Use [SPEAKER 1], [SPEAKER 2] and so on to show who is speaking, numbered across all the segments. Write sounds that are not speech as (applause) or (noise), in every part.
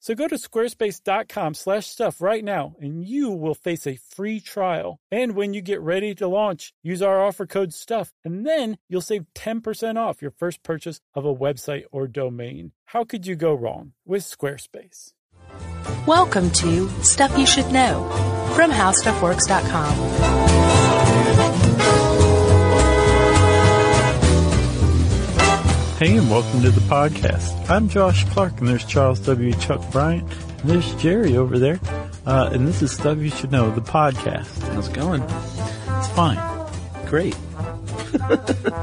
[SPEAKER 1] So go to squarespace.com slash stuff right now and you will face a free trial. And when you get ready to launch, use our offer code stuff and then you'll save 10% off your first purchase of a website or domain. How could you go wrong with Squarespace?
[SPEAKER 2] Welcome to Stuff You Should Know from HowStuffWorks.com.
[SPEAKER 1] Hey, and welcome to the podcast.
[SPEAKER 3] I'm Josh Clark, and there's Charles W. Chuck Bryant, and there's Jerry over there. Uh, and this is Stuff You Should Know, the podcast.
[SPEAKER 4] How's it going?
[SPEAKER 3] It's fine.
[SPEAKER 4] Great.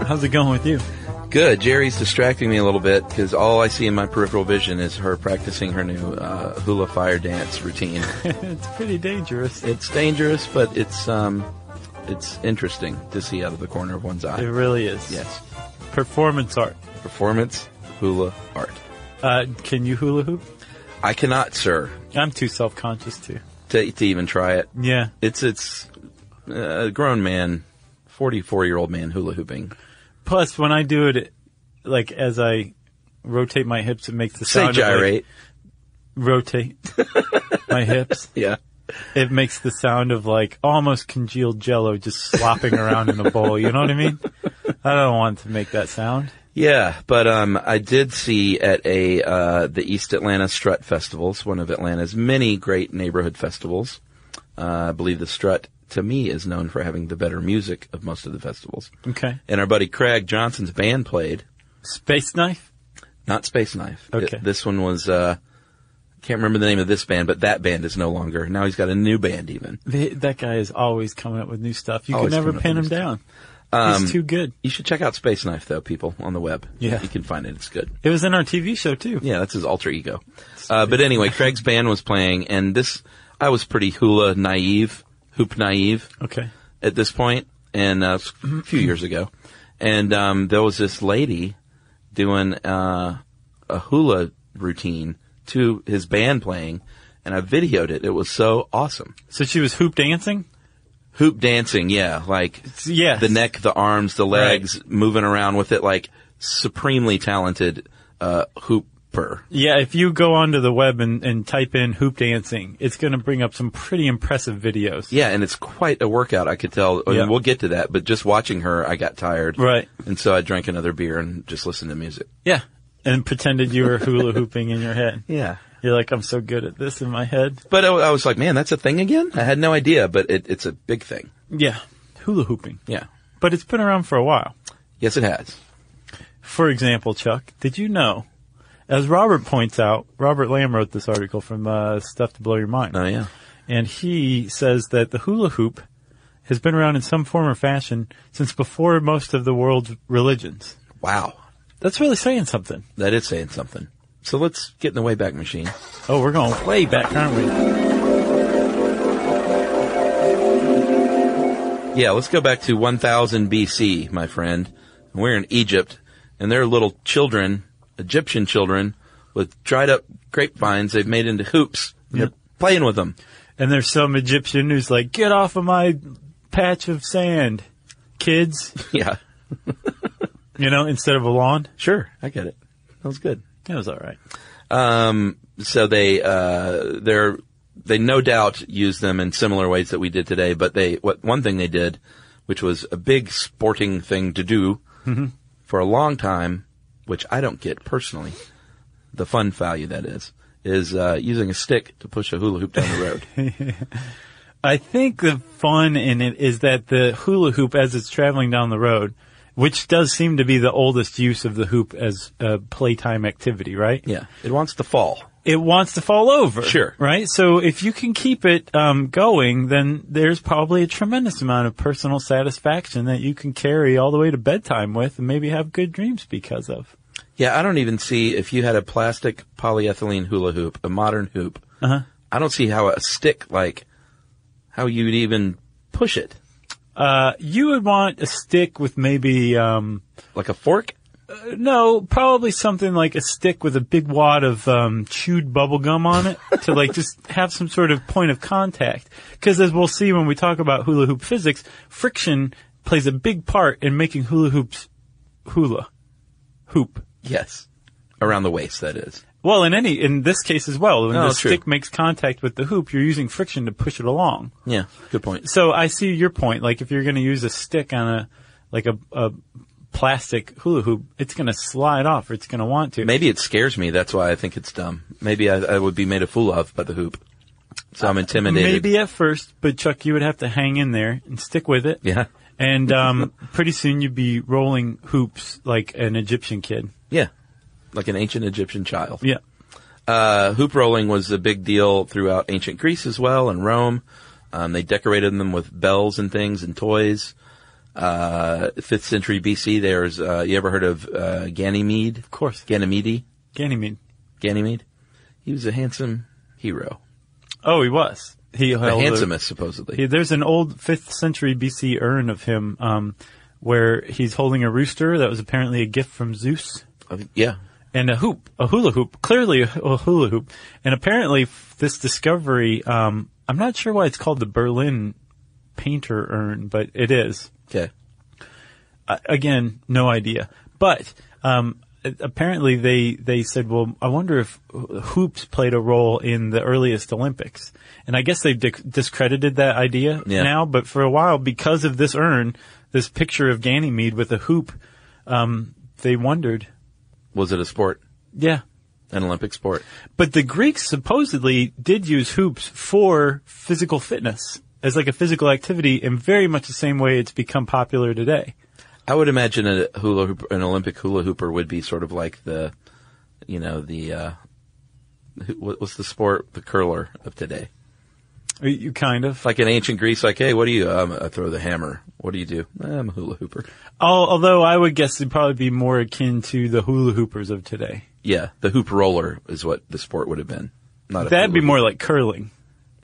[SPEAKER 3] How's it going with you? (laughs)
[SPEAKER 5] Good. Jerry's distracting me a little bit because all I see in my peripheral vision is her practicing her new uh, hula fire dance routine.
[SPEAKER 3] it's pretty dangerous.
[SPEAKER 5] it's dangerous, but it's um, it's interesting to see out of the corner of one's
[SPEAKER 3] It
[SPEAKER 5] eye.
[SPEAKER 3] really is.
[SPEAKER 5] Yes,
[SPEAKER 3] Performance art.
[SPEAKER 5] performance, hula, art.
[SPEAKER 3] Uh, can you hula hoop?
[SPEAKER 5] I cannot, sir,
[SPEAKER 3] I'm too self-conscious to.
[SPEAKER 5] to, to even try it.
[SPEAKER 3] Yeah.
[SPEAKER 5] It's it's uh, a grown man, forty-four year old man hula hooping.
[SPEAKER 3] Plus, when I do it, like, as I rotate my hips, it makes the
[SPEAKER 5] Say
[SPEAKER 3] sound of, like,
[SPEAKER 5] gyrate. (laughs)
[SPEAKER 3] rotate my hips.
[SPEAKER 5] yeah.
[SPEAKER 3] It makes the sound of like almost congealed jello just slopping around in the bowl. You know what I mean? I don't want to make that sound.
[SPEAKER 5] Yeah, but um, I did see at a uh, the East Atlanta Strut Festivals, one of Atlanta's many great neighborhood festivals. Uh, I believe the Strut, to me, is known for having the better music of most of the festivals.
[SPEAKER 3] Okay.
[SPEAKER 5] And our buddy Craig Johnson's band played,
[SPEAKER 3] Space knife?
[SPEAKER 5] not Space Knife.
[SPEAKER 3] Okay.
[SPEAKER 5] It- this one was uh, can't remember the name of this band, but that band is no longer. Now he's got a new band even.
[SPEAKER 3] Th that guy is always coming up with new stuff. You can
[SPEAKER 5] Always
[SPEAKER 3] never
[SPEAKER 5] coming up
[SPEAKER 3] pin him
[SPEAKER 5] with new
[SPEAKER 3] down.
[SPEAKER 5] Um,
[SPEAKER 3] He's too good.
[SPEAKER 5] You should check out Space Knife though, people on the web.
[SPEAKER 3] Yeah.
[SPEAKER 5] you can find it. It's good.
[SPEAKER 3] It was in our TV show too.
[SPEAKER 5] Yeah, that's his alter ego. Uh, but anyway, Craig's band was playing, and this I was pretty hula naive, hoop naive
[SPEAKER 3] Okay.
[SPEAKER 5] at this point, and uh, s- a few years ago, and um, there was this lady doing uh, a hula routine to his band playing, and I videoed it. It was so awesome.
[SPEAKER 3] So she was hoop dancing?
[SPEAKER 5] Hoop dancing, yeah, like
[SPEAKER 3] Yes.
[SPEAKER 5] the neck, the arms, the legs, moving around with it, like supremely talented uh, hooper.
[SPEAKER 3] Yeah, if you go onto the web and, and type in hoop dancing, it's going to bring up some pretty impressive videos.
[SPEAKER 5] Yeah, and it's quite a workout. I could tell. I mean,
[SPEAKER 3] Yeah.
[SPEAKER 5] we'll get to that, but just watching her, I got tired.
[SPEAKER 3] Right.
[SPEAKER 5] And so I drank another beer and just listened to music.
[SPEAKER 3] Yeah. And pretended you were (laughs) hula hooping in your head.
[SPEAKER 5] Yeah.
[SPEAKER 3] You're like, I'm so good at this in my head.
[SPEAKER 5] But I, I was like, man, that's a thing again. I had no idea, but it, it's a big thing.
[SPEAKER 3] Yeah. Hula hooping.
[SPEAKER 5] Yeah.
[SPEAKER 3] But it's been around for a while.
[SPEAKER 5] Yes, it has.
[SPEAKER 3] For example, Chuck, did you know, as Robert points out, Robert Lamb wrote this article from uh, Stuff to Blow Your Mind.
[SPEAKER 5] Oh yeah.
[SPEAKER 3] And he says that the hula hoop has been around in some form or fashion since before most of the world's religions.
[SPEAKER 5] Wow.
[SPEAKER 3] That's really saying something.
[SPEAKER 5] That is saying something. So let's get in the Wayback Machine.
[SPEAKER 3] Oh, we're going way back, aren't we?
[SPEAKER 5] Yeah, let's go back to 1000 BC, my friend. We're in Egypt, and there are little children, Egyptian children, with dried up grapevines they've made into hoops. And
[SPEAKER 3] Yep.
[SPEAKER 5] They're playing with them.
[SPEAKER 3] And there's some Egyptian who's like, get off of my patch of sand, kids,
[SPEAKER 5] (laughs) Yeah.
[SPEAKER 3] you know, instead of a lawn.
[SPEAKER 5] Sure, I get it. That was good.
[SPEAKER 3] It was all right.
[SPEAKER 5] Um, so they uh, they're they no doubt use them in similar ways that we did today. But they what one thing they did, which was a big sporting thing to do for a long time, which I don't get personally, the fun value that is, is uh, using a stick to push a hula hoop down the road.
[SPEAKER 3] I think the fun in it is that the hula hoop, as it's traveling down the road, which does seem to be the oldest use of the hoop as a playtime activity, right?
[SPEAKER 5] yeah, it wants to fall.
[SPEAKER 3] it wants to fall over.
[SPEAKER 4] Sure.
[SPEAKER 3] Right? So if you can keep it um, going, then there's probably a tremendous amount of personal satisfaction that you can carry all the way to bedtime with and maybe have good dreams because of.
[SPEAKER 5] Yeah, I don't even see if you had a plastic polyethylene hula hoop, a modern hoop. I don't see how a stick like how you'd even push it
[SPEAKER 3] Uh, you would want a stick with maybe, um,
[SPEAKER 5] like a fork.
[SPEAKER 3] no, probably something like a stick with a big wad of um, chewed bubble gum on it to like just have some sort of point of contact. Because as we'll see when we talk about hula hoop physics, friction plays a big part in making hula hoops hula hoop.
[SPEAKER 5] Yes, around the waist. That is.
[SPEAKER 3] Well, in any in this case as well, when
[SPEAKER 5] No,
[SPEAKER 3] the
[SPEAKER 5] true.
[SPEAKER 3] stick makes contact with the hoop, you're using friction to push it along.
[SPEAKER 5] Yeah, good point.
[SPEAKER 3] So I see your point. Like if you're going to use a stick on a like a, a plastic hula hoop, it's going to slide off. Or it's going to want to.
[SPEAKER 5] Maybe it scares me. That's why I think it's dumb. Maybe I, I would be made a fool of by the hoop, so I'm intimidated.
[SPEAKER 3] Maybe at first, but Chuck, you would have to hang in there and stick with it.
[SPEAKER 5] Yeah.
[SPEAKER 3] And um, pretty soon you'd be rolling hoops like an Egyptian kid.
[SPEAKER 5] Yeah, like an ancient Egyptian child.
[SPEAKER 3] Yeah.
[SPEAKER 5] Uh, hoop rolling was a big deal throughout ancient Greece as well and Rome. Um, they decorated them with bells and things and toys. Uh, fifth century BC, there's, uh, you ever heard of, uh, Ganymede? Of
[SPEAKER 3] course.
[SPEAKER 5] Ganymede?
[SPEAKER 3] Ganymede.
[SPEAKER 5] Ganymede? He was a handsome hero.
[SPEAKER 3] Oh, he was. He
[SPEAKER 5] The
[SPEAKER 3] held a-
[SPEAKER 5] handsomest, supposedly.
[SPEAKER 3] he- there's an old 5th century BC urn of him um, where he's holding a rooster that was apparently a gift from Zeus.
[SPEAKER 5] Uh, yeah.
[SPEAKER 3] and a hoop, a hula hoop, clearly a, a hula hoop. And apparently, f- this discovery, um, I'm not sure why it's called the Berlin painter urn, but it is.
[SPEAKER 5] Okay.
[SPEAKER 3] Uh, again, no idea. But um, a- apparently, they they said, well, I wonder if ho- hoops played a role in the earliest Olympics. And I guess they've dic- discredited that idea
[SPEAKER 5] Yeah.
[SPEAKER 3] now. But for a while, because of this urn, this picture of Ganymede with a hoop, um, they wondered.
[SPEAKER 5] Was it a sport?
[SPEAKER 3] Yeah,
[SPEAKER 5] An Olympic sport?
[SPEAKER 3] But the Greeks supposedly did use hoops for physical fitness as like a physical activity in very much the same way it's become popular today.
[SPEAKER 5] I would imagine a hula hoop, an Olympic hula hooper would be sort of like the, you know, the, uh, who- what- what's the sport? The curler of today.
[SPEAKER 3] Or You kind of.
[SPEAKER 5] like in ancient Greece, like, hey, what do you? Um, I throw the hammer. What do you do? "Eh, I'm a hula hooper.
[SPEAKER 3] Al- Although I would guess it'd probably be more akin to the hula hoopers of today.
[SPEAKER 5] Yeah, the hoop roller is what the sport would have been. Not a
[SPEAKER 3] That'd
[SPEAKER 5] hula
[SPEAKER 3] be more like curling.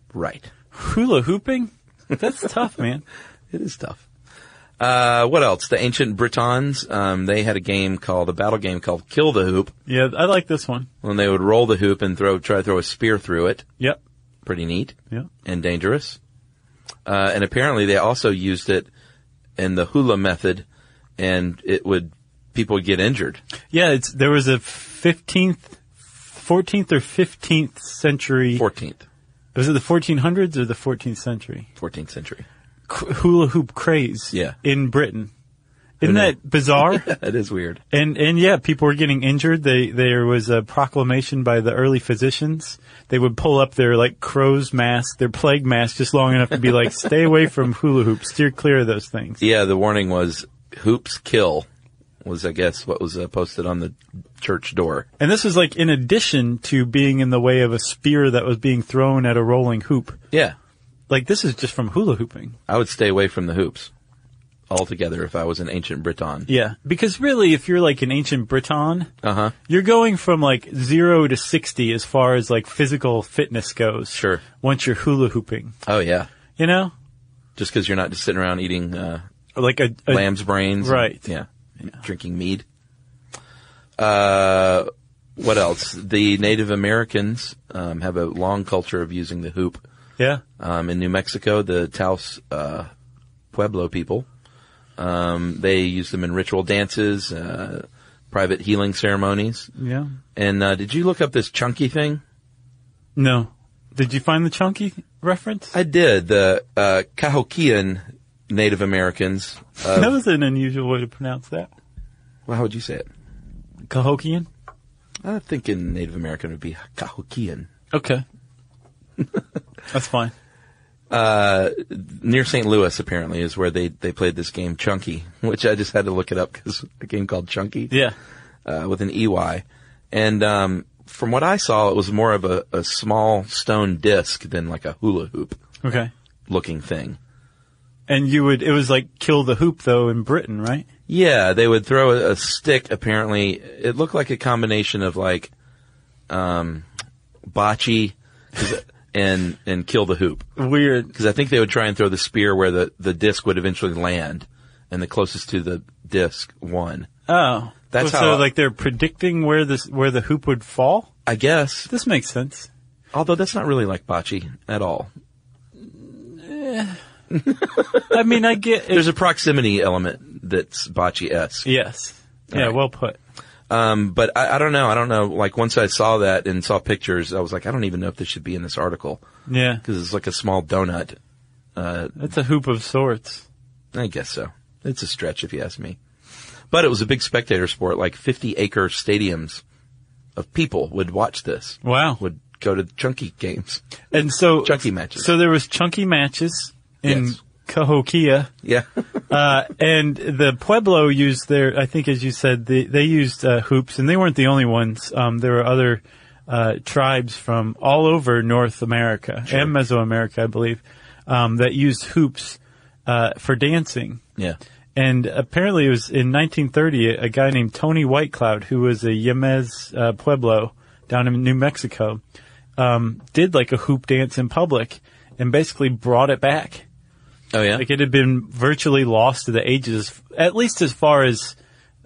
[SPEAKER 5] hoop. right.
[SPEAKER 3] Hula hooping? That's (laughs) tough, man.
[SPEAKER 5] It is tough. Uh, what else? The ancient Britons, um, they had a game called a battle game called Kill the Hoop,
[SPEAKER 3] Yeah, I like this one.
[SPEAKER 5] when they would roll the hoop and throw try to throw a spear through it.
[SPEAKER 3] Yep.
[SPEAKER 5] Pretty neat
[SPEAKER 3] Yeah.
[SPEAKER 5] and dangerous. Uh, and apparently, they also used it in the hula method, and it would people would get injured.
[SPEAKER 3] Yeah, it's, there was a 15th, 14th or 15th century.
[SPEAKER 5] Fourteenth,
[SPEAKER 3] Was it the 1400s or the 14th century?
[SPEAKER 5] fourteenth century. (laughs)
[SPEAKER 3] cr- hula hoop craze
[SPEAKER 5] Yeah.
[SPEAKER 3] in Britain. Isn't
[SPEAKER 5] Who knew? (laughs)
[SPEAKER 3] that bizarre?
[SPEAKER 5] That is weird.
[SPEAKER 3] And and yeah, people were getting injured. They there was a proclamation by the early physicians. They would pull up their like crow's mask, their plague mask, just long enough to be like, (laughs) "Stay away from hula hoops. Steer clear of those things."
[SPEAKER 5] Yeah, the warning was hoops kill was I guess what was uh, posted on the church door.
[SPEAKER 3] And this was like in addition to being in the way of a spear that was being thrown at a rolling hoop.
[SPEAKER 5] Yeah,
[SPEAKER 3] Like this is just from hula hooping.
[SPEAKER 5] I would stay away from the hoops altogether if I was an ancient Briton.
[SPEAKER 3] Yeah, because really, if you're like an ancient Briton,
[SPEAKER 5] Uh huh.
[SPEAKER 3] You're going from like zero to 60 as far as like physical fitness goes.
[SPEAKER 5] Sure.
[SPEAKER 3] Once you're hula hooping,
[SPEAKER 5] Oh yeah,
[SPEAKER 3] you know?
[SPEAKER 5] just because you're not just sitting around eating uh,
[SPEAKER 3] Or Like a, a
[SPEAKER 5] lamb's brains, and-
[SPEAKER 3] right.
[SPEAKER 5] yeah, and drinking mead. Uh, what else? The Native Americans um, have a long culture of using the hoop.
[SPEAKER 3] Yeah.
[SPEAKER 5] um, in New Mexico, the Taos uh, Pueblo people. Um, they use them in ritual dances, uh, private healing ceremonies.
[SPEAKER 3] Yeah.
[SPEAKER 5] And uh, did you look up this chunky thing?
[SPEAKER 3] No. Did you find the chunky reference?
[SPEAKER 5] I did. The uh, Cahokian Native Americans. Uh,
[SPEAKER 3] that was an unusual way to pronounce that.
[SPEAKER 5] well, how would you say it?
[SPEAKER 3] Cahokian?
[SPEAKER 5] I think in Native American it would be Cahokian.
[SPEAKER 3] (laughs) Okay. That's fine.
[SPEAKER 5] Uh, Near St. Louis, apparently, is where they, they played this game, Chunky, (laughs) which I just had to look it up because a game called Chunky.
[SPEAKER 3] Yeah.
[SPEAKER 5] uh, with an EY. E And um, from what I saw, it was more of a, a small stone disc than like a hula hoop
[SPEAKER 3] Okay.
[SPEAKER 5] looking thing.
[SPEAKER 3] And you would, it was like kill the hoop though in Britain, right?
[SPEAKER 5] Yeah, they would throw a, a stick. Apparently, it looked like a combination of like, um, bocce (laughs) and and kill the hoop.
[SPEAKER 3] Weird.
[SPEAKER 5] Because I think they would try and throw the spear where the the disc would eventually land, and the closest to the disc won.
[SPEAKER 3] Oh.
[SPEAKER 5] That's
[SPEAKER 3] so,
[SPEAKER 5] how-
[SPEAKER 3] like they're predicting where this, where the hoop would fall?
[SPEAKER 5] I guess.
[SPEAKER 3] This makes sense.
[SPEAKER 5] Although that's not really like bocce at all.
[SPEAKER 3] I mean, I get it.
[SPEAKER 5] There's a proximity element that's bocce esque.
[SPEAKER 3] (laughs) Yes. Yeah,
[SPEAKER 5] Right.
[SPEAKER 3] well put.
[SPEAKER 5] Um, but I, I don't know. I don't know. Like once I saw that and saw pictures, I was like, I don't even know if this should be in this article
[SPEAKER 3] Yeah.
[SPEAKER 5] because it's like a small donut. Uh,
[SPEAKER 3] That's a hoop of sorts.
[SPEAKER 5] I guess so. It's a stretch if you ask me. But it was a big spectator sport. Like 50 acre stadiums of people would watch this,
[SPEAKER 3] Wow.
[SPEAKER 5] would go to chunky games. (laughs)
[SPEAKER 3] And so.
[SPEAKER 5] Chunky matches.
[SPEAKER 3] So there was chunky matches in
[SPEAKER 5] Yes.
[SPEAKER 3] Cahokia.
[SPEAKER 5] yeah.
[SPEAKER 3] Uh, and the Pueblo used their, I think as you said, they, they used uh, hoops, and they weren't the only ones. Um, there were other uh, tribes from all over North America and Mesoamerica, I believe, um, that used hoops uh, for dancing.
[SPEAKER 5] yeah.
[SPEAKER 3] And apparently it was in 1930, a guy named Tony Whitecloud, who was a Yemez uh, Pueblo down in New Mexico, um, did like a hoop dance in public and basically brought it back.
[SPEAKER 5] Oh yeah.
[SPEAKER 3] Like it had been virtually lost to the ages, at least as far as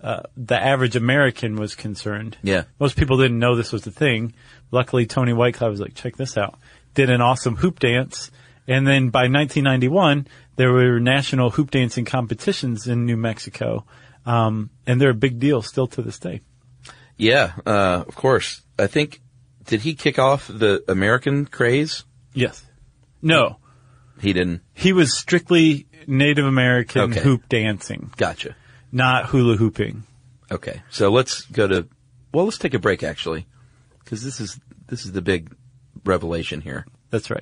[SPEAKER 3] uh, the average American was concerned.
[SPEAKER 5] Yeah.
[SPEAKER 3] Most people didn't know this was the thing. Luckily, Tony Whitecloud was like, check this out. Did an awesome hoop dance. And then by 1991, there were national hoop dancing competitions in New Mexico. Um, and they're a big deal still to this day.
[SPEAKER 5] Yeah. Uh, of course. I think, did he kick off the American craze?
[SPEAKER 3] Yes. No.
[SPEAKER 5] He didn't.
[SPEAKER 3] He was strictly Native American
[SPEAKER 5] Okay.
[SPEAKER 3] hoop dancing,
[SPEAKER 5] Gotcha.
[SPEAKER 3] not hula hooping.
[SPEAKER 5] Okay, so let's go to. Well, let's take a break actually, because this is this is the big revelation here.
[SPEAKER 3] That's right.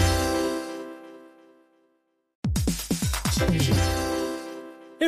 [SPEAKER 1] Hey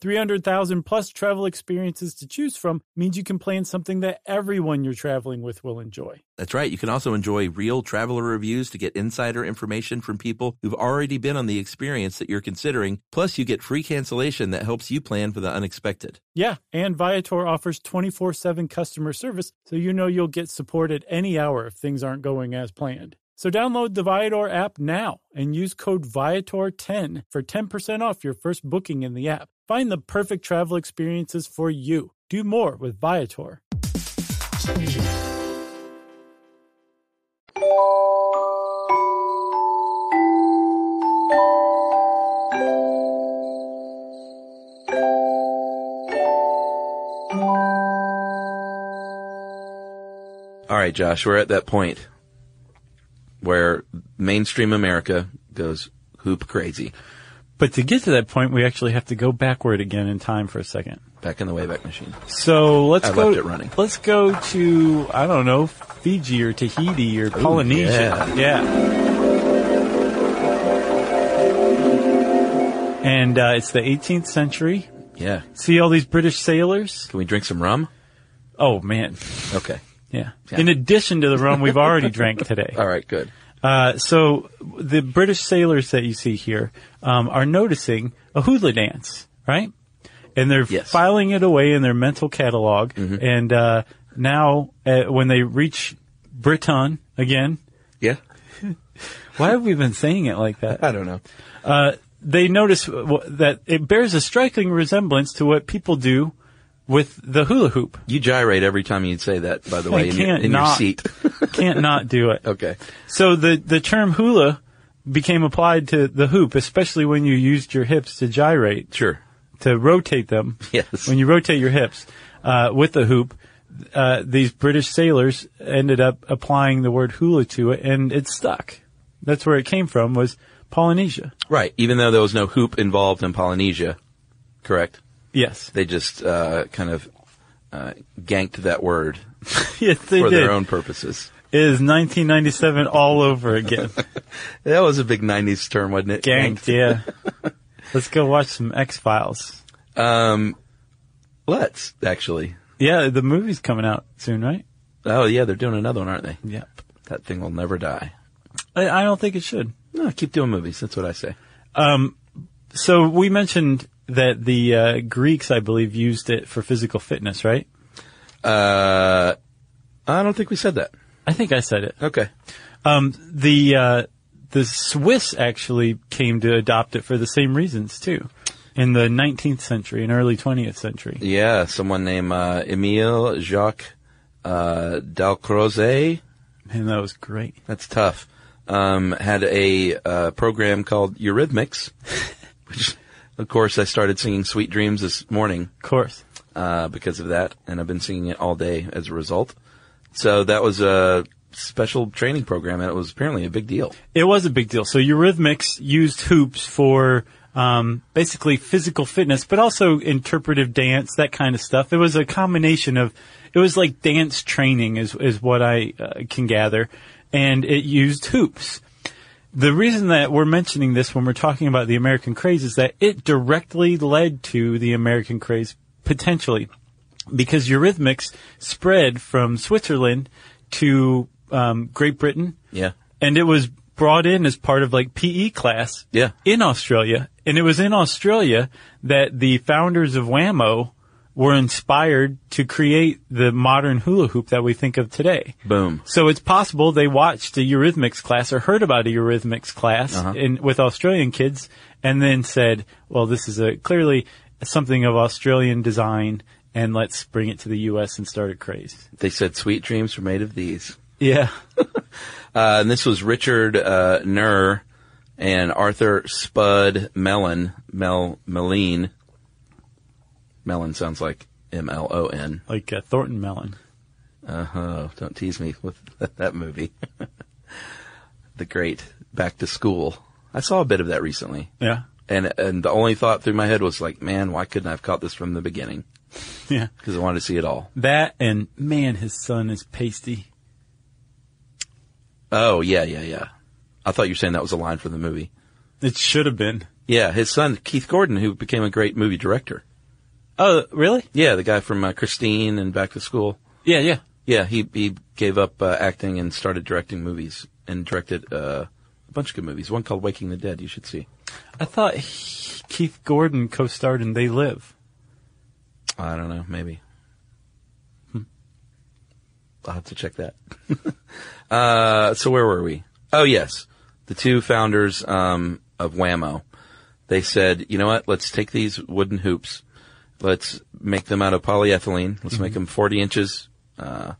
[SPEAKER 1] 300,000 plus travel experiences to choose from means you can plan something that everyone you're traveling with will enjoy.
[SPEAKER 5] That's right. You can also enjoy real traveler reviews to get insider information from people who've already been on the experience that you're considering. Plus, you get free cancellation that helps you plan for the unexpected.
[SPEAKER 1] Yeah, and Viator offers 24 7 customer service, so you know you'll get support at any hour if things aren't going as planned. So download the Viator app now and use code Viator10 for 10% off your first booking in the app. Find the perfect travel experiences for you. Do more with Viator.
[SPEAKER 5] All right, Josh, we're at that point where mainstream America goes hoop crazy.
[SPEAKER 3] But to get to that point, we actually have to go backward again in time for a second.
[SPEAKER 5] Back in the Wayback Machine.
[SPEAKER 3] So let's
[SPEAKER 5] I
[SPEAKER 3] go.
[SPEAKER 5] left it running.
[SPEAKER 3] Let's go to I don't know Fiji or Tahiti or Polynesia. Yeah. And uh, it's the 18th century.
[SPEAKER 5] Yeah.
[SPEAKER 3] See all these British sailors?
[SPEAKER 5] Can we drink some rum?
[SPEAKER 3] Oh man,
[SPEAKER 5] Okay.
[SPEAKER 3] yeah.
[SPEAKER 5] Yeah.
[SPEAKER 3] In addition to the rum we've already
[SPEAKER 5] (laughs)
[SPEAKER 3] drank today.
[SPEAKER 5] All right, good.
[SPEAKER 3] Uh, so the British sailors that you see here um, are noticing a hula dance, right? And they're
[SPEAKER 5] Yes. Mm-hmm.
[SPEAKER 3] filing it away in their mental catalog. And uh, now, uh, when they reach Britain again,
[SPEAKER 5] Yeah.
[SPEAKER 3] why have we been saying it
[SPEAKER 5] (laughs)
[SPEAKER 3] like that?
[SPEAKER 5] I don't know.
[SPEAKER 3] Uh, they notice w- w- that it bears a striking resemblance to what people do with the hula hoop.
[SPEAKER 5] You gyrate every time you say that, by the way,
[SPEAKER 3] I
[SPEAKER 5] in,
[SPEAKER 3] can't
[SPEAKER 5] your, in your
[SPEAKER 3] not,
[SPEAKER 5] seat.
[SPEAKER 3] can't not do it.
[SPEAKER 5] (laughs)
[SPEAKER 3] (laughs)
[SPEAKER 5] Okay.
[SPEAKER 3] So the, the term hula became applied to the hoop, especially when you used your hips to gyrate,
[SPEAKER 5] Sure.
[SPEAKER 3] to rotate them.
[SPEAKER 5] Yes.
[SPEAKER 3] When you rotate your hips uh, with the hoop, uh, these British sailors ended up applying the word hula to it, and it stuck. That's where it came from, was Polynesia.
[SPEAKER 5] Right. Even though there was no hoop involved in Polynesia, correct?
[SPEAKER 3] Yes.
[SPEAKER 5] They just uh, kind of uh, ganked that word
[SPEAKER 3] (laughs) yes, they
[SPEAKER 5] for
[SPEAKER 3] did.
[SPEAKER 5] their own purposes.
[SPEAKER 3] It is 1997 all over
[SPEAKER 5] (laughs)
[SPEAKER 3] again.
[SPEAKER 5] That was a big '90s term, wasn't it?
[SPEAKER 3] Ganked, yeah. Let's go watch some X-Files.
[SPEAKER 5] Um, let's actually.
[SPEAKER 3] Yeah, the movie's coming out soon, right?
[SPEAKER 5] Oh yeah, they're doing another one, aren't they?
[SPEAKER 3] Yep.
[SPEAKER 5] That thing will never die.
[SPEAKER 3] I, I don't think it should. Um,
[SPEAKER 5] No, keep doing movies. That's what I say.
[SPEAKER 3] So we mentioned that the uh, Greeks, I believe, used it for physical fitness, right?
[SPEAKER 5] Uh, I don't think we said that.
[SPEAKER 3] I think I said it.
[SPEAKER 5] Okay.
[SPEAKER 3] Um, the uh, the Swiss actually came to adopt it for the same reasons too, in the 19th century and early 20th century.
[SPEAKER 5] Yeah, someone named uh, Emile Jacques uh, Dalcroze.
[SPEAKER 3] And that was great.
[SPEAKER 5] That's tough. Um, had a uh, program called Eurythmics, (laughs) which, of course, I started singing "Sweet Dreams" this morning
[SPEAKER 3] Of course.
[SPEAKER 5] uh, because of that, and I've been singing it all day as a result. So that was a special training program, and it was apparently a big deal.
[SPEAKER 3] It was a big deal. So Eurythmics used hoops for um, basically physical fitness, but also interpretive dance, that kind of stuff. It was a combination of, it was like dance training is, is what I uh, can gather. And it used hoops. The reason that we're mentioning this when we're talking about the American craze is that it directly led to the American craze potentially because Eurythmics spread from Switzerland to um, Great Britain
[SPEAKER 5] Yeah,
[SPEAKER 3] and it was brought in as part of like PE class
[SPEAKER 5] Yeah.
[SPEAKER 3] in Australia. And it was in Australia that the founders of Whammo were inspired to create the modern hula hoop that we think of today.
[SPEAKER 5] boom.
[SPEAKER 3] So it's possible they watched a Eurythmics class or heard about a Eurythmics class in, with Australian kids and then said, well, this is a clearly something of Australian design and let's bring it to the U.S. and start a craze.
[SPEAKER 5] They said "Sweet Dreams" were made of these,
[SPEAKER 3] Yeah.
[SPEAKER 5] uh, and this was Richard uh, Nur and Arthur Spud Mellon. Mel Melin. Mellon sounds like M L O N.
[SPEAKER 3] Like uh, Thornton Mellon.
[SPEAKER 5] Uh huh. Don't tease me with (laughs) that movie. the great Back to School. I saw a bit of that recently,
[SPEAKER 3] Yeah.
[SPEAKER 5] and and the only thought through my head was like, man, why couldn't I have caught this from the beginning?
[SPEAKER 3] Yeah.
[SPEAKER 5] Because I wanted to see it all.
[SPEAKER 3] That and man, his son is pasty.
[SPEAKER 5] Oh yeah, yeah, yeah. I thought you were saying that was a line from the movie.
[SPEAKER 3] It should have been.
[SPEAKER 5] Yeah, his son Keith Gordon, who became a great movie director.
[SPEAKER 3] Oh, really?
[SPEAKER 5] Yeah, the guy from uh, Christine and Back to School.
[SPEAKER 3] Yeah, yeah.
[SPEAKER 5] Yeah, he he gave up uh, acting and started directing movies and directed uh, a bunch of good movies. One called Waking the Dead. You should see.
[SPEAKER 3] I thought he- Keith Gordon co-starred in They Live.
[SPEAKER 5] I don't know, maybe. Hmm. I'll have to check that. (laughs) uh, so where were we? Oh yes, the two founders um, of Whammo. They said, you know what? Let's take these wooden hoops. Let's make them out of polyethylene. Let's make them 40 inches, uh,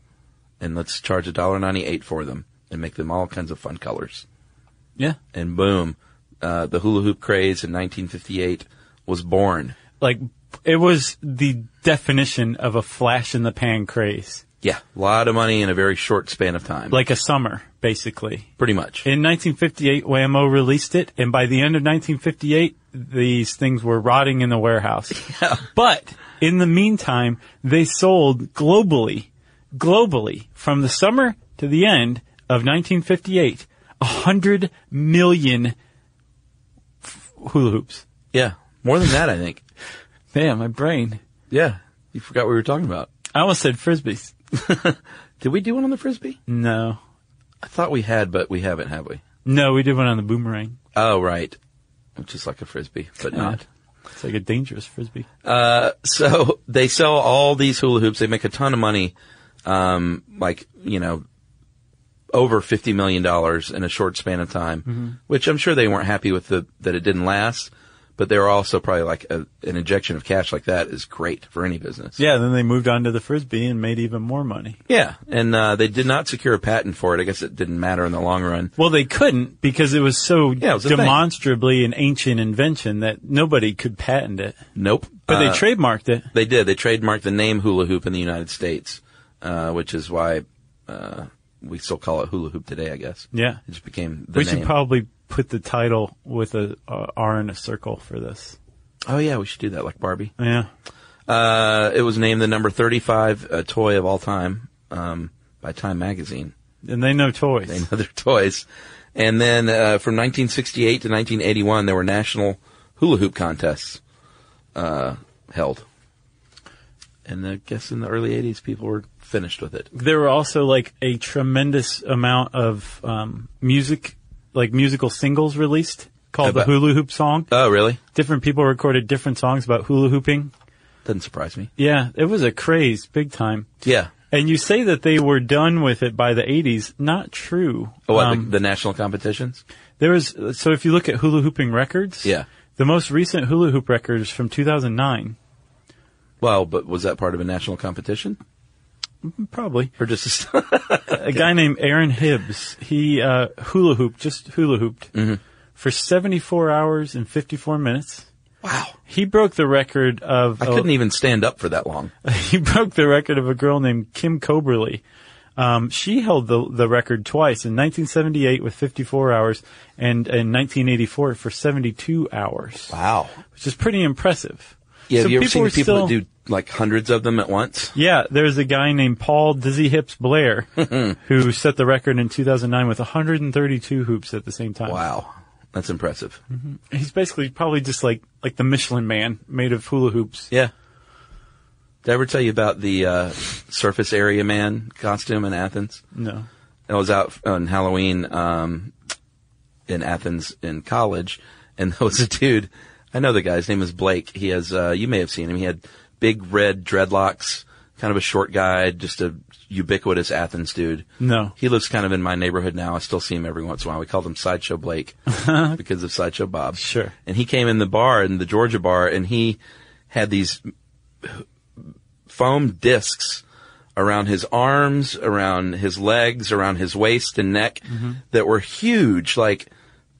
[SPEAKER 5] and let's charge $1.98 for them and make them all kinds of fun colors.
[SPEAKER 3] Yeah.
[SPEAKER 5] And boom, uh, the hula hoop craze in 1958 was born.
[SPEAKER 3] Like, it was the definition of a flash in the pan craze.
[SPEAKER 5] Yeah, a lot of money in a very short span of time.
[SPEAKER 3] Like a summer, basically.
[SPEAKER 5] Pretty much.
[SPEAKER 3] In 1958, Whammo released it, and by the end of 1958, these things were rotting in the (laughs) warehouse. But in the meantime, they sold globally, globally from the summer to the end of 1958, 100 million f- hula hoops.
[SPEAKER 5] Yeah. More than that, I think.
[SPEAKER 3] Man, my brain.
[SPEAKER 5] Yeah. You forgot what we were talking about.
[SPEAKER 3] I almost said frisbees.
[SPEAKER 5] Did we do one on the frisbee?
[SPEAKER 3] No.
[SPEAKER 5] I thought we had, but we haven't, have we?
[SPEAKER 3] No, we did one on the boomerang.
[SPEAKER 5] Oh, right. Which is like a frisbee, but (laughs) not.
[SPEAKER 3] It's like a dangerous frisbee.
[SPEAKER 5] Uh, So they sell all these hula hoops. They make a ton of money, um, like, you know, over $50 million in a short span of time, which I'm sure they weren't happy with the, that it didn't last, but they were also probably like a, an injection of cash like that is great for any business.
[SPEAKER 3] Yeah, then they moved on to the frisbee and made even more money.
[SPEAKER 5] Yeah. And, uh, they did not secure a patent for it. I guess it didn't matter in the long run.
[SPEAKER 3] Well, they couldn't because it was so
[SPEAKER 5] Yeah, it was a thing.
[SPEAKER 3] demonstrably an ancient invention that nobody could patent it.
[SPEAKER 5] Nope.
[SPEAKER 3] But they
[SPEAKER 5] Uh,
[SPEAKER 3] trademarked it.
[SPEAKER 5] They did. They trademarked the name hula hoop in the United States, uh, which is why uh, we still call it hula hoop today, I guess.
[SPEAKER 3] Yeah.
[SPEAKER 5] It just became the
[SPEAKER 3] We
[SPEAKER 5] name.
[SPEAKER 3] should probably put the title with a uh, R in a circle for this.
[SPEAKER 5] oh, yeah, we should do that, like Barbie.
[SPEAKER 3] Yeah.
[SPEAKER 5] Uh, it was named the number 35 uh, toy of all time um, by Time Magazine.
[SPEAKER 3] And they know toys.
[SPEAKER 5] They know their (laughs) toys. And then uh, from 1968 to 1981, there were national hula hoop contests uh, held. And I guess in the early 80s, people were finished with it.
[SPEAKER 3] there were also like a tremendous amount of um, music, like musical singles released called
[SPEAKER 5] About-
[SPEAKER 3] the Hula Hoop Song.
[SPEAKER 5] Oh, really?
[SPEAKER 3] Different people recorded different songs about hula hooping.
[SPEAKER 5] Doesn't surprise me.
[SPEAKER 3] Yeah, it was a craze, big time.
[SPEAKER 5] Yeah.
[SPEAKER 3] And you say that they were done with it by the 80s. Not true.
[SPEAKER 5] Oh, what,
[SPEAKER 3] Um,
[SPEAKER 5] the, the national competitions?
[SPEAKER 3] there was, so if you look at hula hooping records,
[SPEAKER 5] Yeah.
[SPEAKER 3] the most recent hula hoop record is from 2009.
[SPEAKER 5] Well, but was that part of a national competition?
[SPEAKER 3] Probably.
[SPEAKER 5] Or just
[SPEAKER 3] A guy named Aaron Hibbs, he, uh, hula hooped, just hula hooped
[SPEAKER 5] Mm-hmm.
[SPEAKER 3] for 74 hours and 54 minutes.
[SPEAKER 5] (laughs) wow.
[SPEAKER 3] He broke the record of,
[SPEAKER 5] I couldn't even stand up for that long.
[SPEAKER 3] (laughs) he broke the record of a girl named Kim Coberly. Um, she held the, the record twice in 1978 with 54 hours and in 1984 for 72 hours,
[SPEAKER 5] Wow.
[SPEAKER 3] which is pretty impressive.
[SPEAKER 5] Yeah,
[SPEAKER 3] So
[SPEAKER 5] have you ever seen
[SPEAKER 3] were
[SPEAKER 5] people that
[SPEAKER 3] still-
[SPEAKER 5] do like hundreds of them at once?
[SPEAKER 3] Yeah, there's a guy named Paul Dizzy Hips
[SPEAKER 5] (laughs)
[SPEAKER 3] Blair who set the record in 2009 with 132 hoops at the same time.
[SPEAKER 5] Wow. That's impressive.
[SPEAKER 3] He's basically probably just like like the Michelin Man made of hula hoops.
[SPEAKER 5] Yeah. Did I ever tell you about the uh, surface area man costume in Athens?
[SPEAKER 3] No.
[SPEAKER 5] I was out on Halloween um, in Athens in college, and (laughs) there was a dude. I know the guy. His name is Blake. He has. Uh, you may have seen him. He had big red dreadlocks. Kind of a short guy, just a ubiquitous Athens dude.
[SPEAKER 3] No.
[SPEAKER 5] He lives kind of in my neighborhood now. I still see him every once in a while. We called him Sideshow Blake because of Sideshow Bob.
[SPEAKER 3] Sure.
[SPEAKER 5] And he came in the bar, in the Georgia bar, and he had these foam discs around his arms, around his legs, around his waist and neck that were huge, like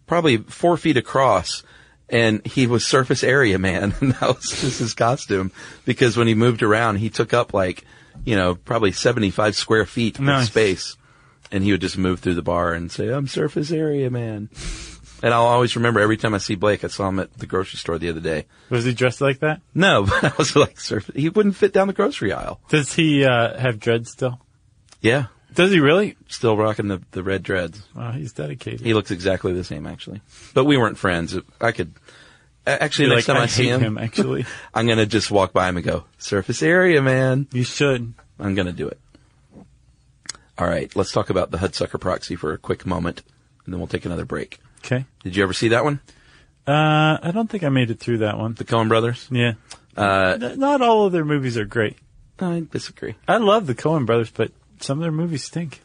[SPEAKER 5] probably four feet across. And he was surface area man, (laughs) and that was just his costume. Because when he moved around, he took up like, you know, probably 75 square feet of
[SPEAKER 3] Nice.
[SPEAKER 5] space. And he would just move through the bar and say, I'm surface area man. and I'll always remember every time I see Blake, I saw him at the grocery store the other day.
[SPEAKER 3] Was he dressed like that?
[SPEAKER 5] No, (laughs) but I was like, surface, he wouldn't fit down the grocery aisle.
[SPEAKER 3] Does he uh, have dread still?
[SPEAKER 5] Yeah.
[SPEAKER 3] Does he really?
[SPEAKER 5] Still rocking the, the red dreads.
[SPEAKER 3] Wow, he's dedicated.
[SPEAKER 5] He looks exactly the same, actually. But we weren't friends. I could, a- actually,
[SPEAKER 3] You're
[SPEAKER 5] next
[SPEAKER 3] like,
[SPEAKER 5] time I,
[SPEAKER 3] I
[SPEAKER 5] see
[SPEAKER 3] hate
[SPEAKER 5] him,
[SPEAKER 3] him, actually.
[SPEAKER 5] I'm going to just walk by him and go, surface area, man.
[SPEAKER 3] (laughs) you should.
[SPEAKER 5] I'm going to do it. All right. Let's talk about the Hudsucker proxy for a quick moment and then we'll take another break.
[SPEAKER 3] Okay.
[SPEAKER 5] Did you ever see that one?
[SPEAKER 3] Uh, I don't think I made it through that one.
[SPEAKER 5] The Coen brothers?
[SPEAKER 3] Yeah.
[SPEAKER 5] Uh,
[SPEAKER 3] N- not all of their movies are great.
[SPEAKER 5] I disagree.
[SPEAKER 3] I love the Coen brothers, but some of their movies stink.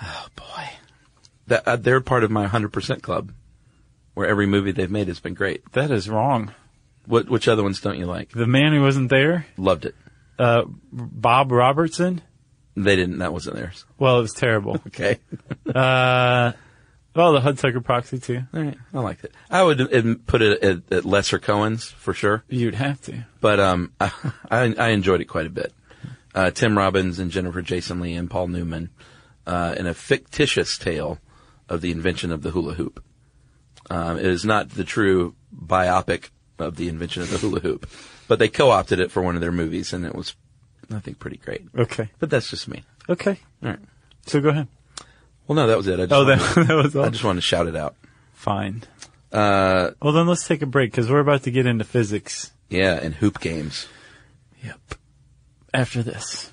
[SPEAKER 5] Oh boy. That, uh, they're part of my 100% club where every movie they've made has been great.
[SPEAKER 3] That is wrong.
[SPEAKER 5] What, which other ones don't you like?
[SPEAKER 3] The Man Who Wasn't There,
[SPEAKER 5] Loved it.
[SPEAKER 3] uh, Bob Robertson.
[SPEAKER 5] They didn't. That wasn't theirs.
[SPEAKER 3] Well, it was (laughs) terrible.
[SPEAKER 5] Okay.
[SPEAKER 3] uh, well, the Hudsucker Proxy too.
[SPEAKER 5] All right, I like that. I would um, put it at, at lesser Cohen's for sure,
[SPEAKER 3] You'd have to.
[SPEAKER 5] but um, (laughs) I, I enjoyed it quite a bit. Uh, Tim Robbins and Jennifer Jason Lee and Paul Newman uh, in a fictitious tale of the invention of the hula hoop. Um, it is not the true biopic of the invention of the hula hoop, but they co-opted it for one of their movies, and it was, I think, pretty great.
[SPEAKER 3] Okay.
[SPEAKER 5] But that's just me.
[SPEAKER 3] Okay.
[SPEAKER 5] All right.
[SPEAKER 3] So go ahead.
[SPEAKER 5] Well, no, that was it. I just
[SPEAKER 3] Oh, that, (laughs)
[SPEAKER 5] wanted,
[SPEAKER 3] that was
[SPEAKER 5] I
[SPEAKER 3] all.
[SPEAKER 5] just wanted to shout it out.
[SPEAKER 3] Fine.
[SPEAKER 5] Uh,
[SPEAKER 3] Well, then let's take a break because we're about to get into physics.
[SPEAKER 5] yeah, and hoop games.
[SPEAKER 3] Yep. After this.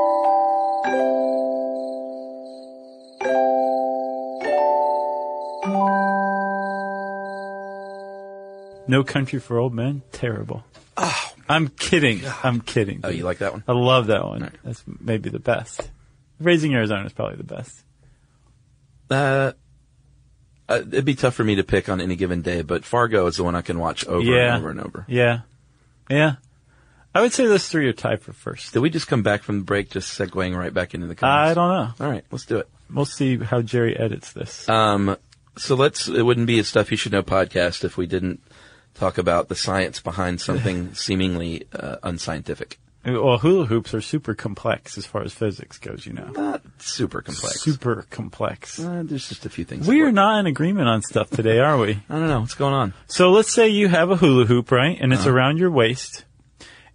[SPEAKER 3] No Country for Old Men. Terrible. I'm kidding. I'm kidding.
[SPEAKER 5] Oh, you like that one?
[SPEAKER 3] I love that one.
[SPEAKER 5] Alright.
[SPEAKER 3] That's maybe the best. Raising Arizona is probably the best.
[SPEAKER 5] Uh, uh, it'd be tough for me to pick on any given day, but Fargo is the one I can watch over
[SPEAKER 3] yeah.
[SPEAKER 5] and over and over.
[SPEAKER 3] Yeah. Yeah. I would say those three are tied for first.
[SPEAKER 5] Did we just come back from the break, just segueing right back into the
[SPEAKER 3] I
[SPEAKER 5] comments?
[SPEAKER 3] don't know.
[SPEAKER 5] All right, let's do it.
[SPEAKER 3] We'll see how Jerry edits this.
[SPEAKER 5] Um, so let's, it wouldn't be a Stuff You Should Know podcast if we didn't talk about the science behind
[SPEAKER 3] (laughs)
[SPEAKER 5] something seemingly uh, unscientific.
[SPEAKER 3] well, hula hoops are super complex as far as physics goes, you know.
[SPEAKER 5] Not super complex.
[SPEAKER 3] Super complex.
[SPEAKER 5] Uh, there's just a few things. that
[SPEAKER 3] We are
[SPEAKER 5] work.
[SPEAKER 3] not in agreement on stuff today, are we?
[SPEAKER 5] I don't know what's going on.
[SPEAKER 3] So let's say you have a hula hoop, right? And
[SPEAKER 5] Uh-huh.
[SPEAKER 3] it's around your waist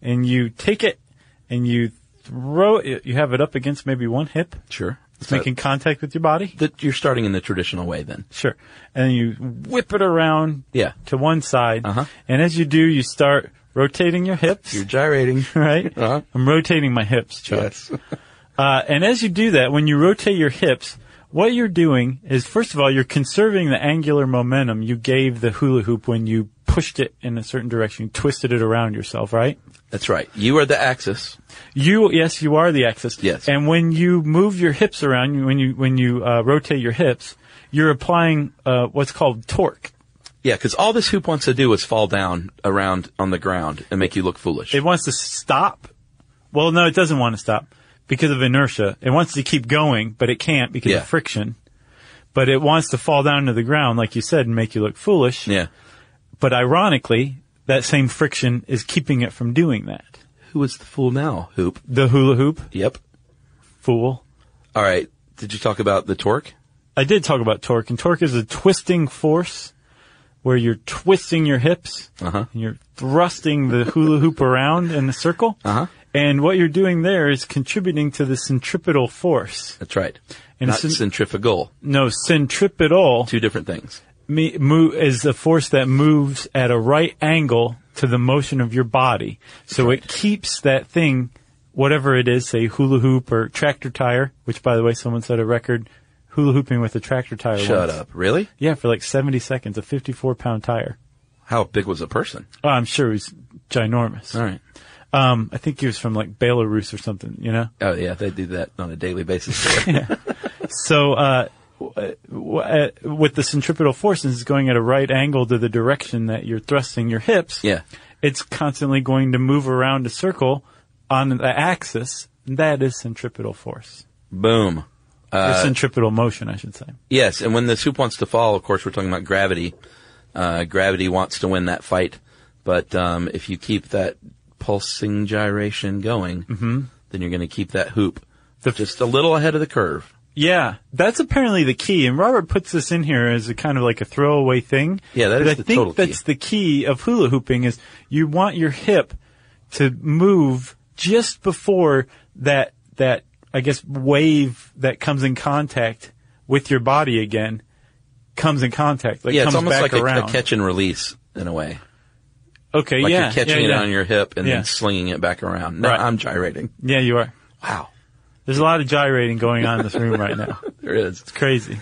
[SPEAKER 3] and you take it and you throw it, you have it up against maybe one hip.
[SPEAKER 5] Sure.
[SPEAKER 3] It's making contact with your body.
[SPEAKER 5] that you're starting in the traditional way then.
[SPEAKER 3] Sure. And you whip it around
[SPEAKER 5] Yeah.
[SPEAKER 3] to one side.
[SPEAKER 5] Uh-huh.
[SPEAKER 3] And as you do, you start rotating your hips,
[SPEAKER 5] You're gyrating.
[SPEAKER 3] (laughs) right?
[SPEAKER 5] Uh-huh.
[SPEAKER 3] I'm rotating my hips, Chuck. Uh, and as you do that, when you rotate your hips, what you're doing is, first of all, you're conserving the angular momentum you gave the hula hoop when you pushed it in a certain direction, twisted it around yourself, right?
[SPEAKER 5] That's right. You are the axis.
[SPEAKER 3] You, yes, you are the axis.
[SPEAKER 5] Yes.
[SPEAKER 3] And when you move your hips around, you- when you when you uh, rotate your hips, you're applying uh, what's called torque.
[SPEAKER 5] Yeah, because all this hoop wants to do is fall down around on the ground and make you look foolish.
[SPEAKER 3] It wants to stop. Well, no, it doesn't want to stop because of inertia. It wants to keep going, but it can't because
[SPEAKER 5] Yeah.
[SPEAKER 3] of friction. But it wants to fall down to the ground, like you said, and make you look foolish.
[SPEAKER 5] yeah.
[SPEAKER 3] But ironically, that same friction is keeping it from doing that.
[SPEAKER 5] Who is the fool now? Hoop.
[SPEAKER 3] The hula hoop,
[SPEAKER 5] Yep.
[SPEAKER 3] fool.
[SPEAKER 5] All right. Did you talk about the torque?
[SPEAKER 3] I did talk about torque, and torque is a twisting force where you're twisting your hips,
[SPEAKER 5] Uh-huh.
[SPEAKER 3] and you're thrusting the hula hoop around in a circle,
[SPEAKER 5] Uh-huh.
[SPEAKER 3] And what you're doing there is contributing to the centripetal force.
[SPEAKER 5] That's right.
[SPEAKER 3] And
[SPEAKER 5] Not
[SPEAKER 3] cen-
[SPEAKER 5] centrifugal.
[SPEAKER 3] No, centripetal
[SPEAKER 5] Two different things.
[SPEAKER 3] me, mo- is a force that moves at a right angle to the motion of your body. So it keeps that thing, whatever it is, say hula hoop or tractor tire, which by the way, someone set a record hula hooping with a tractor tire.
[SPEAKER 5] Shut
[SPEAKER 3] once.
[SPEAKER 5] up. Really?
[SPEAKER 3] Yeah, for like 70 seconds, a 54 pound tire.
[SPEAKER 5] How big was a person?
[SPEAKER 3] Oh, I'm sure it was ginormous.
[SPEAKER 5] All right.
[SPEAKER 3] Um, I think he was from like Belarus or something, you know?
[SPEAKER 5] Oh yeah, they do that on a daily basis. (laughs)
[SPEAKER 3] So, uh, w- w- uh, with the centripetal forces it's going at a right angle to the direction that you're thrusting your hips,
[SPEAKER 5] yeah.
[SPEAKER 3] it's constantly going to move around a circle on the axis. That is centripetal force.
[SPEAKER 5] Boom.
[SPEAKER 3] Or
[SPEAKER 5] Uh,
[SPEAKER 3] centripetal motion, I should say.
[SPEAKER 5] Yes, and when the hoop wants to fall, of course, we're talking about gravity. Uh, gravity wants to win that fight, but um, if you keep that pulsing gyration going, then you're going to keep that hoop
[SPEAKER 3] Mm-hmm. The-
[SPEAKER 5] just a little ahead of the curve.
[SPEAKER 3] Yeah, that's apparently the key. And Robert puts this in here as a kind of like a throwaway thing.
[SPEAKER 5] Yeah, that
[SPEAKER 3] But
[SPEAKER 5] is
[SPEAKER 3] I
[SPEAKER 5] the
[SPEAKER 3] think
[SPEAKER 5] total key.
[SPEAKER 3] that's the key of hula hooping is you want your hip to move just before that that I guess wave that comes in contact with your body again comes in contact. Like
[SPEAKER 5] yeah, it's
[SPEAKER 3] comes
[SPEAKER 5] almost
[SPEAKER 3] back
[SPEAKER 5] like a,
[SPEAKER 3] around.
[SPEAKER 5] a catch and release in a way.
[SPEAKER 3] Okay,
[SPEAKER 5] Like
[SPEAKER 3] yeah,
[SPEAKER 5] you're catching
[SPEAKER 3] yeah,
[SPEAKER 5] it
[SPEAKER 3] yeah.
[SPEAKER 5] on your hip and
[SPEAKER 3] Yeah.
[SPEAKER 5] then slinging it back around. No,
[SPEAKER 3] Right.
[SPEAKER 5] I'm gyrating.
[SPEAKER 3] Yeah, you are.
[SPEAKER 5] Wow,
[SPEAKER 3] There's a lot of gyrating going on in this room right
[SPEAKER 5] (laughs)
[SPEAKER 3] now.
[SPEAKER 5] there it is.
[SPEAKER 3] Crazy.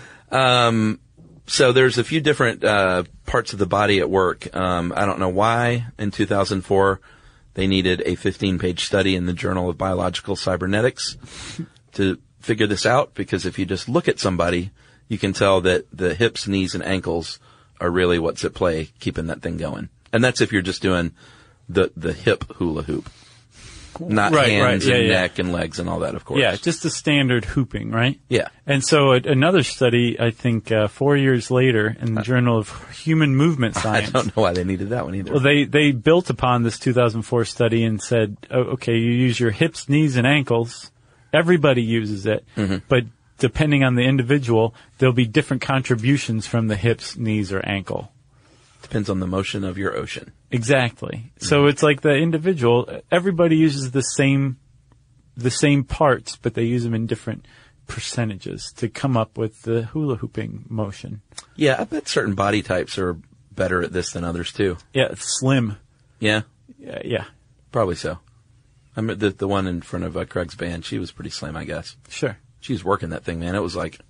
[SPEAKER 5] so there's a few different uh, parts of the body at work. Um, I don't know why in 2004 they needed a 15 page study in the Journal of Biological
[SPEAKER 3] (laughs)
[SPEAKER 5] Cybernetics to figure this out because if you just look at somebody, you can tell that the hips, knees, and ankles are really what's at play keeping that thing going. And that's if you're just doing the, the hip hula hoop, not
[SPEAKER 3] Right, right.
[SPEAKER 5] hands
[SPEAKER 3] Yeah,
[SPEAKER 5] and
[SPEAKER 3] yeah.
[SPEAKER 5] neck and legs and all that, of course.
[SPEAKER 3] Yeah, just the standard hooping, right?
[SPEAKER 5] Yeah.
[SPEAKER 3] And so a, another study, I think, uh, four years later in the Journal of Human
[SPEAKER 5] (laughs)
[SPEAKER 3] Movement
[SPEAKER 5] I
[SPEAKER 3] Science.
[SPEAKER 5] don't know why they needed that one either.
[SPEAKER 3] Well, they, they built upon this 2004 study and said, oh, okay, you use your hips, knees, and ankles. Everybody uses it,
[SPEAKER 5] Mm-hmm.
[SPEAKER 3] but depending on the individual, there'll be different contributions from the hips, knees, or ankle.
[SPEAKER 5] Depends on the motion of your ocean.
[SPEAKER 3] Exactly. So it's like the individual. Everybody uses the same, the same parts, but they use them in different percentages to come up with the hula hooping motion.
[SPEAKER 5] Yeah, I bet certain body types are better at this than others too.
[SPEAKER 3] Yeah, it's slim.
[SPEAKER 5] Yeah,
[SPEAKER 3] Yeah, yeah,
[SPEAKER 5] probably so. I mean, the the one in front of uh, Craig's band, she was pretty slim, I guess.
[SPEAKER 3] sure.
[SPEAKER 5] She was working that thing, man. It was like, it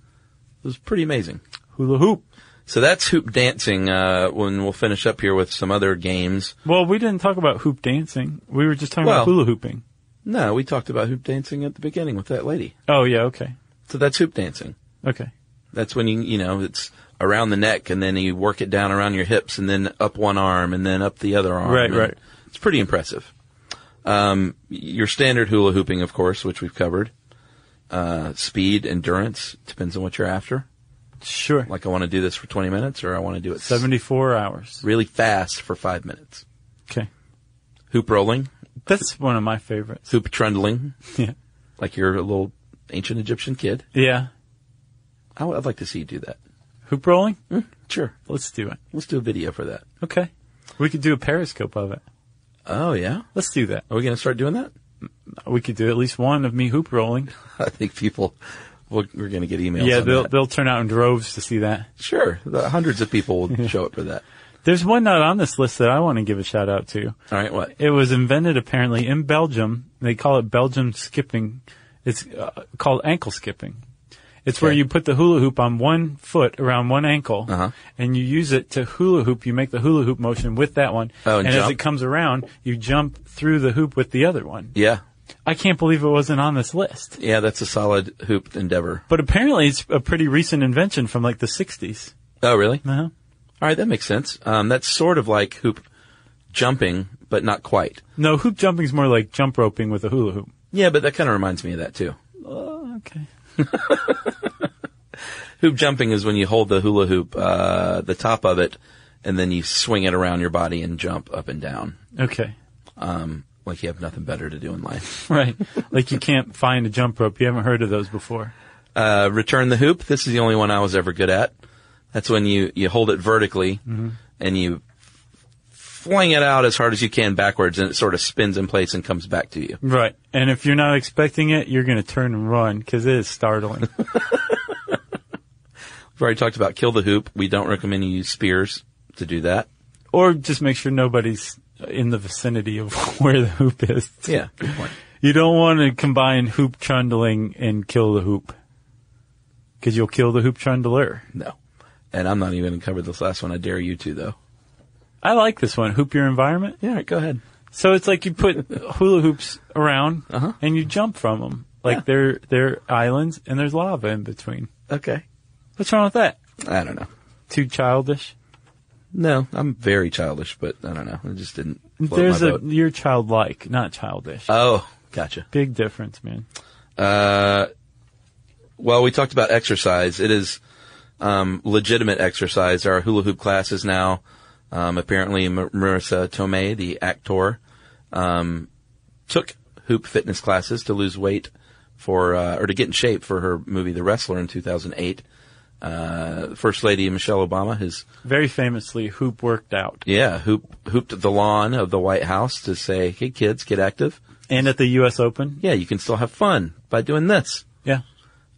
[SPEAKER 5] was pretty amazing.
[SPEAKER 3] Hula hoop.
[SPEAKER 5] So that's hoop dancing. Uh, when we'll finish up here with some other games.
[SPEAKER 3] Well, we didn't talk about hoop dancing. We were just talking about
[SPEAKER 5] Well-
[SPEAKER 3] hula hooping.
[SPEAKER 5] No, we talked about hoop dancing at the beginning with that lady.
[SPEAKER 3] Oh yeah, okay,
[SPEAKER 5] So that's hoop dancing.
[SPEAKER 3] okay.
[SPEAKER 5] That's when you you know it's around the neck, and then you work it down around your hips, and then up one arm, and then up the other arm.
[SPEAKER 3] Right,
[SPEAKER 5] And
[SPEAKER 3] right.
[SPEAKER 5] It's pretty impressive. Um, your standard hula hooping, of course, which we've covered. Uh, speed, endurance depends on what you're after.
[SPEAKER 3] Sure.
[SPEAKER 5] Like I want to do this for 20 minutes, or I want to do it s-
[SPEAKER 3] Seventy-four hours.
[SPEAKER 5] really fast for five minutes.
[SPEAKER 3] Okay,
[SPEAKER 5] Hoop rolling,
[SPEAKER 3] that's one of my favorites.
[SPEAKER 5] hoop trundling,
[SPEAKER 3] (laughs) Yeah,
[SPEAKER 5] like you're a little ancient Egyptian kid.
[SPEAKER 3] yeah.
[SPEAKER 5] I would, I'd like to see you do that.
[SPEAKER 3] Hoop rolling.
[SPEAKER 5] Sure,
[SPEAKER 3] Let's do it.
[SPEAKER 5] let's do a video for that.
[SPEAKER 3] Okay, we could do a periscope of it.
[SPEAKER 5] Oh yeah,
[SPEAKER 3] Let's do that.
[SPEAKER 5] are we going to start doing that?
[SPEAKER 3] We could do at least one of me hoop rolling.
[SPEAKER 5] (laughs) I think people, we're, we're going to get emails.
[SPEAKER 3] yeah,
[SPEAKER 5] on
[SPEAKER 3] they'll
[SPEAKER 5] that.
[SPEAKER 3] they'll turn out in droves to see that.
[SPEAKER 5] sure. The hundreds of people will show up for that.
[SPEAKER 3] There's one not on this list that I want to give a shout out to.
[SPEAKER 5] All right, what?
[SPEAKER 3] It was invented apparently in Belgium. They call it Belgium skipping. It's uh, called ankle skipping. It's where
[SPEAKER 5] Okay.
[SPEAKER 3] you put the hula hoop on one foot around one ankle,
[SPEAKER 5] Uh-huh.
[SPEAKER 3] and you use it to hula hoop. You make the hula hoop motion with that one,
[SPEAKER 5] Oh, and
[SPEAKER 3] as
[SPEAKER 5] jump.
[SPEAKER 3] it comes around, you jump through the hoop with the other one.
[SPEAKER 5] Yeah,
[SPEAKER 3] I can't believe it wasn't on this list.
[SPEAKER 5] yeah, that's a solid hooped endeavor.
[SPEAKER 3] But apparently, it's a pretty recent invention from like the '60s.
[SPEAKER 5] Oh, really?
[SPEAKER 3] Uh-huh.
[SPEAKER 5] All right, that makes sense. Um, that's sort of like hoop jumping, but not quite.
[SPEAKER 3] No, hoop jumping is more like jump roping with a hula hoop.
[SPEAKER 5] Yeah, but that kind of reminds me of that too.
[SPEAKER 3] Okay.
[SPEAKER 5] Hoop jumping is when you hold the hula hoop, uh, the top of it, and then you swing it around your body and jump up and down,
[SPEAKER 3] Okay. (laughs)
[SPEAKER 5] like you have nothing better to do in life.
[SPEAKER 3] Right. like you can't find a jump rope. You haven't heard of those before.
[SPEAKER 5] Uh, return the hoop. This is the only one I was Mm-hmm. ever good at. That's when you, you hold it vertically and you fling it out as hard as you can backwards and it sort of spins in place and comes back to you.
[SPEAKER 3] Right. And if you're not expecting it, you're going to turn and run because it is startling.
[SPEAKER 5] We've already talked about kill the hoop. We don't recommend you use spears to do that.
[SPEAKER 3] or just make sure nobody's in the vicinity of (laughs) where the hoop is.
[SPEAKER 5] Yeah, good point.
[SPEAKER 3] You don't want to combine hoop trundling and kill the hoop because you'll kill the hoop trundler.
[SPEAKER 5] No. And I'm not even going to cover this last one. I dare you to, though.
[SPEAKER 3] I like this one. Hoop your environment.
[SPEAKER 5] Yeah, all right, go ahead.
[SPEAKER 3] So it's like you put hula hoops around
[SPEAKER 5] Uh-huh.
[SPEAKER 3] and you jump from them. Like
[SPEAKER 5] Yeah.
[SPEAKER 3] they're, they're islands and there's lava in between.
[SPEAKER 5] Okay.
[SPEAKER 3] What's wrong with that?
[SPEAKER 5] I don't know.
[SPEAKER 3] Too childish?
[SPEAKER 5] No, I'm very childish, but I don't know. I just didn't. Float
[SPEAKER 3] There's
[SPEAKER 5] my
[SPEAKER 3] a,
[SPEAKER 5] boat.
[SPEAKER 3] you're childlike, not childish.
[SPEAKER 5] Oh, gotcha.
[SPEAKER 3] Big difference, man.
[SPEAKER 5] Uh, well, we talked about exercise. It is um, legitimate exercise. Our hula hoop class is now um, apparently Mar- Marissa Tomei, the actor, um, took hoop fitness classes to lose weight for uh, or to get in shape for her movie The Wrestler in 2008. Uh, First Lady Michelle Obama has
[SPEAKER 3] Very famously, hoop worked out.
[SPEAKER 5] yeah hoop, hooped the lawn of the White House to say, "Hey kids, get active.
[SPEAKER 3] And at the U.S. Open.
[SPEAKER 5] Yeah, you can still have fun by doing this."
[SPEAKER 3] Yeah.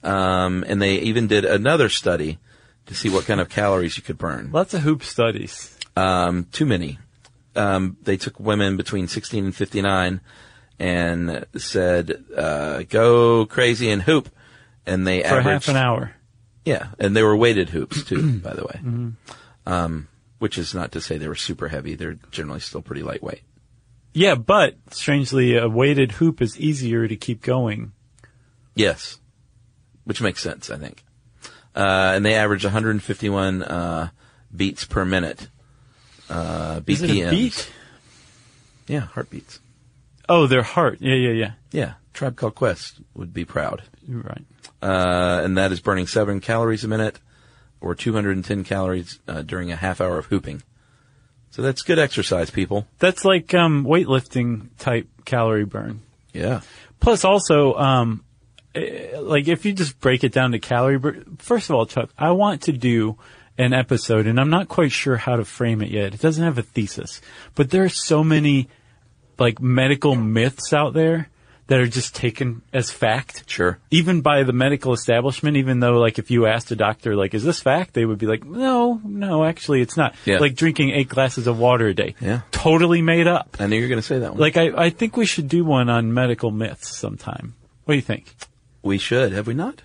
[SPEAKER 5] Um, and they even did another study to see what kind of calories you could burn.
[SPEAKER 3] Lots of hoop studies.
[SPEAKER 5] Um, too many. Um, they took women between 16 and 59 and said, uh, go crazy and hoop. And they
[SPEAKER 3] For
[SPEAKER 5] averaged,
[SPEAKER 3] half an hour.
[SPEAKER 5] yeah, and they were weighted hoops
[SPEAKER 3] (clears throat)
[SPEAKER 5] too, by the way.
[SPEAKER 3] Mm-hmm.
[SPEAKER 5] Um, which is not to say they were super heavy. They're generally still pretty lightweight.
[SPEAKER 3] Yeah, but strangely, a weighted hoop is easier to keep going.
[SPEAKER 5] Yes. Which makes sense, I think. Uh, and they average 151, uh, beats per minute. Uh, BPMs.
[SPEAKER 3] Is it a beat?
[SPEAKER 5] Yeah, heartbeats.
[SPEAKER 3] Oh, their heart. Yeah, yeah, yeah.
[SPEAKER 5] Yeah, Tribe Called Quest would be proud.
[SPEAKER 3] You're right.
[SPEAKER 5] Uh, and that is burning seven calories a minute or 210 calories, uh, during a half hour of hooping. So that's good exercise, people.
[SPEAKER 3] That's like um, weightlifting type calorie burn.
[SPEAKER 5] Yeah.
[SPEAKER 3] Plus, also, um, eh, like if you just break it down to calorie burn. First of all, Chuck, I want to do an episode, and I'm not quite sure how to frame it yet. It doesn't have a thesis, but there are so many like medical myths out there that are just taken as fact.
[SPEAKER 5] Sure.
[SPEAKER 3] Even by the medical establishment, even though like if you asked a doctor, like, is this fact? They would be like, no, no, actually it's not.
[SPEAKER 5] Yeah.
[SPEAKER 3] Like drinking eight glasses of water a day.
[SPEAKER 5] Yeah.
[SPEAKER 3] Totally made up.
[SPEAKER 5] I knew you were going to say that one.
[SPEAKER 3] Like, I, I think we should do one on medical myths sometime. What do you think?
[SPEAKER 5] we should, have we not?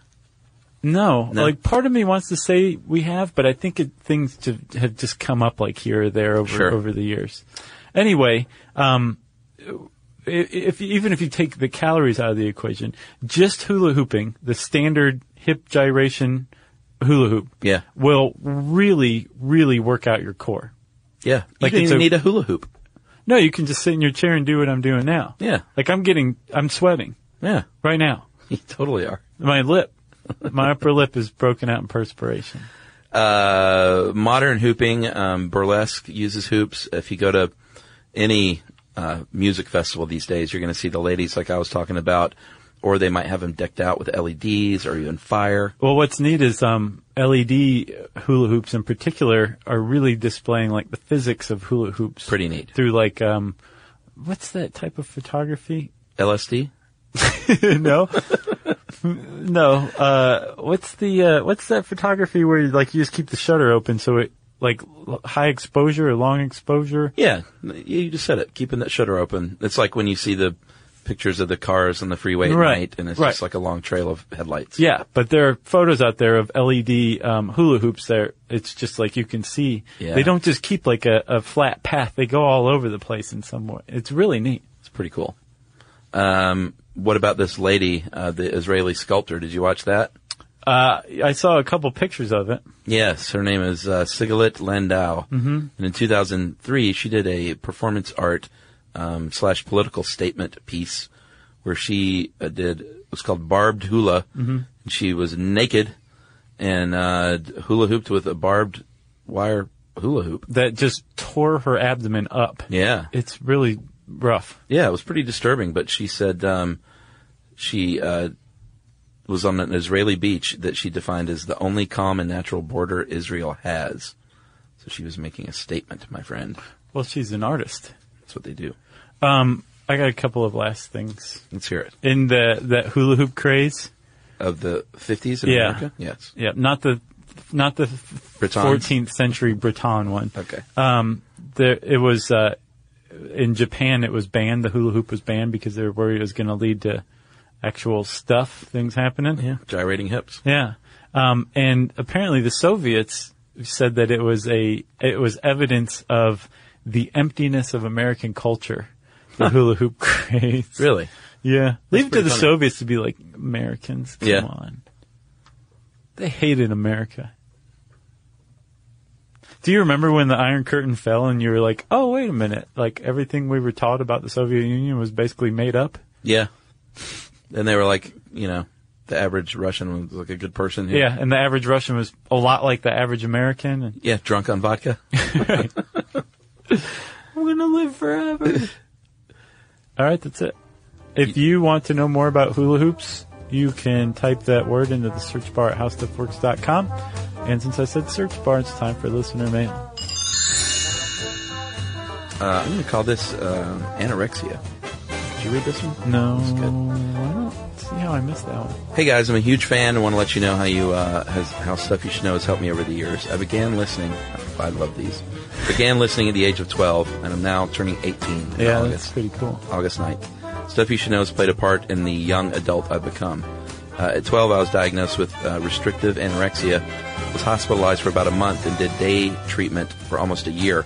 [SPEAKER 3] No,
[SPEAKER 5] No.
[SPEAKER 3] like part of me wants to say we have, but I think it, things to, have just come up like here or there over
[SPEAKER 5] Sure.
[SPEAKER 3] over the years. Anyway, um, i- if even if you take the calories out of the equation, just hula hooping, the standard hip gyration hula hoop,
[SPEAKER 5] Yeah.
[SPEAKER 3] will really really work out your core.
[SPEAKER 5] Yeah.
[SPEAKER 3] Like
[SPEAKER 5] you didn't
[SPEAKER 3] it's
[SPEAKER 5] even
[SPEAKER 3] a-
[SPEAKER 5] need a hula hoop.
[SPEAKER 3] No, you can just sit in your chair and do what I'm doing now.
[SPEAKER 5] Yeah.
[SPEAKER 3] like I'm getting, I'm sweating
[SPEAKER 5] Yeah. (laughs)
[SPEAKER 3] right now.
[SPEAKER 5] You totally are.
[SPEAKER 3] My lip. My upper lip is broken out in perspiration.
[SPEAKER 5] uh, modern hooping, um, burlesque uses hoops. If you go to any uh, music festival these days, you're going to see the ladies like I was talking about, or they might have them decked out with LEDs or even fire.
[SPEAKER 3] Well, what's neat is um, LED hula hoops in particular are really displaying like the physics of hula hoops.
[SPEAKER 5] Pretty neat.
[SPEAKER 3] Through like um, what's that type of photography? (laughs)
[SPEAKER 5] LSD?
[SPEAKER 3] no, (laughs) no. Uh, what's the uh, what's that photography where you, like you just keep the shutter open so it like l- high exposure or long exposure?
[SPEAKER 5] Yeah, you just said it. Keeping that shutter open. It's like when you see the pictures of the cars on the freeway at
[SPEAKER 3] Right,
[SPEAKER 5] night, and it's
[SPEAKER 3] right.
[SPEAKER 5] just like a long trail of headlights.
[SPEAKER 3] Yeah, but there are photos out there of LED um, hula hoops. There, it's just like you can see.
[SPEAKER 5] Yeah.
[SPEAKER 3] They don't just keep like a, a flat path; they go all over the place in some way. It's really neat.
[SPEAKER 5] It's pretty cool. Um, what about this lady, uh, the Israeli sculptor? Did you watch that?
[SPEAKER 3] Uh, I saw a couple pictures of it.
[SPEAKER 5] Yes, her name is uh, Sigalit Landau, mm-hmm. and in 2003 she did a performance art um, slash political statement piece where she uh, did it was called barbed hula. Mm-hmm. She was naked and uh, d- hula hooped with a barbed wire hula hoop.
[SPEAKER 3] That just tore her abdomen up.
[SPEAKER 5] Yeah,
[SPEAKER 3] It's really rough.
[SPEAKER 5] Yeah, it was pretty disturbing, but she said um, she uh, was on an Israeli beach that she defined as the only calm and natural border Israel has. So she was making a statement, my friend.
[SPEAKER 3] Well, she's an artist.
[SPEAKER 5] That's what they do.
[SPEAKER 3] Um, I got a couple of last things
[SPEAKER 5] Let's hear it.
[SPEAKER 3] in the that hula hoop craze.
[SPEAKER 5] Of the 50s in
[SPEAKER 3] Yeah.
[SPEAKER 5] America? Yes.
[SPEAKER 3] Yeah, not the not the
[SPEAKER 5] Bretons?
[SPEAKER 3] fourteenth century Breton one.
[SPEAKER 5] Okay.
[SPEAKER 3] Um, there it was uh, in Japan. It was banned. The hula hoop was banned because they were worried it was going to lead to actual stuff, things happening. Yeah,
[SPEAKER 5] Gyrating hips.
[SPEAKER 3] yeah. Um, and apparently the Soviets said that it was a it was evidence of the emptiness of American culture. The hula hoop (laughs) craze.
[SPEAKER 5] Really?
[SPEAKER 3] Yeah. Leave it to
[SPEAKER 5] pretty
[SPEAKER 3] the
[SPEAKER 5] funny.
[SPEAKER 3] Soviets to be like Americans. Come
[SPEAKER 5] Yeah.
[SPEAKER 3] on. They hated America. Do you remember when the Iron Curtain fell and you were like, oh, wait a minute. Like everything we were taught about the Soviet Union was basically made up?
[SPEAKER 5] Yeah. And they were like, you know, the average Russian was like a good person. who-
[SPEAKER 3] Yeah. And the average Russian was a lot like the average American. And
[SPEAKER 5] Yeah, drunk on vodka.
[SPEAKER 3] I'm going to live forever. (laughs) All right. That's it. If you want to know more about hula hoops, you can type that word into the search bar at howstuffworks.com. And since I said search bar, it's time for listener mail.
[SPEAKER 5] Uh, I'm going to call this uh, anorexia. Did you read this one?
[SPEAKER 3] No.
[SPEAKER 5] It's good.
[SPEAKER 3] I don't see how I missed that one.
[SPEAKER 5] Hey guys, I'm a huge fan and want to let you know how you uh, has, how stuff you should know has helped me over the years. I began listening. I love these. Began listening at the age of 12, and I'm now turning 18 in
[SPEAKER 3] Yeah, that's
[SPEAKER 5] August.
[SPEAKER 3] pretty cool.
[SPEAKER 5] August 9th. Stuff you should know has played a part in the young adult I've become. Uh, at 12, I was diagnosed with uh, restrictive anorexia, was hospitalized for about a month, and did day treatment for almost a year.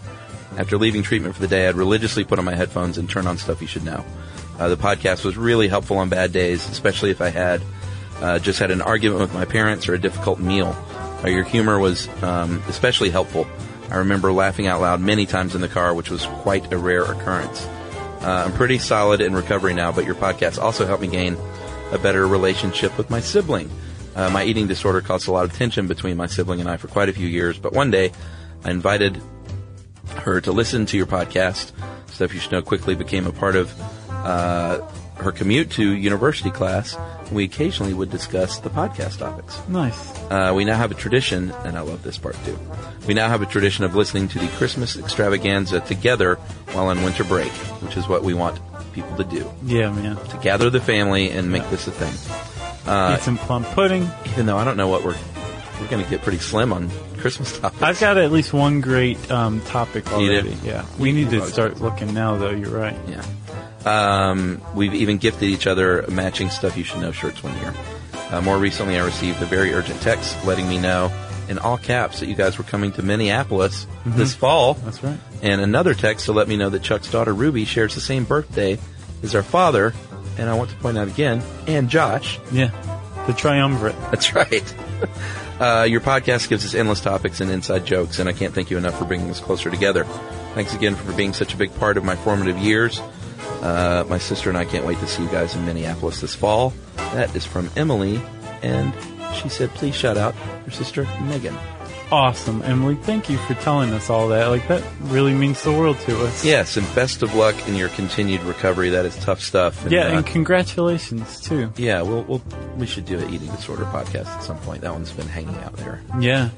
[SPEAKER 5] After leaving treatment for the day, I'd religiously put on my headphones and turn on Stuff You Should Know. Uh, the podcast was really helpful on bad days, especially if I had uh, just had an argument with my parents or a difficult meal. Uh, your humor was um, especially helpful. I remember laughing out loud many times in the car, which was quite a rare occurrence. Uh, I'm pretty solid in recovery now, but your podcast also helped me gain a better relationship with my sibling. Uh, my eating disorder caused a lot of tension between my sibling and I for quite a few years, but one day I invited her to listen to your podcast. Stuff You Should Know quickly became a part of uh, her commute to university class. We occasionally would discuss the podcast topics.
[SPEAKER 3] Nice.
[SPEAKER 5] Uh, we now have a tradition, and I love this part too. We now have a tradition of listening to the Christmas extravaganza together while on winter break, which is what we want people to do.
[SPEAKER 3] Yeah, man.
[SPEAKER 5] To gather the family and make this a thing.
[SPEAKER 3] Eat some plum pudding.
[SPEAKER 5] Even though I don't know what we're, we're gonna get pretty slim on Christmas topics.
[SPEAKER 3] I've got at least one great um, topic
[SPEAKER 5] You do?
[SPEAKER 3] already. Yeah. We need to start looking now, though. You're right.
[SPEAKER 5] Yeah. Um, we've even gifted each other matching stuff you should know shirts one year. Uh, more recently, I received a very urgent text letting me know, in all caps, that you guys were coming to Minneapolis this fall.
[SPEAKER 3] Mm-hmm. That's right.
[SPEAKER 5] And another text to let me know that Chuck's daughter Ruby shares the same birthday as our father, and I want to point out again, and Josh.
[SPEAKER 3] Yeah. The triumvirate.
[SPEAKER 5] That's right. (laughs) Uh, your podcast gives us endless topics and inside jokes, and I can't thank you enough for bringing us closer together. Thanks again for being such a big part of my formative years. Uh, my sister and I can't wait to see you guys in Minneapolis this fall. That is from Emily, and she said, please shout out your sister, Megan.
[SPEAKER 3] Awesome, Emily. Thank you for telling us all that. Like, that really means the world to us.
[SPEAKER 5] Yes, and best of luck in your continued recovery. That is tough stuff. And,
[SPEAKER 3] Yeah,
[SPEAKER 5] uh,
[SPEAKER 3] and congratulations, too.
[SPEAKER 5] yeah, we'll, we'll, we should do an eating disorder podcast at some point. That one's been hanging out there.
[SPEAKER 3] Yeah.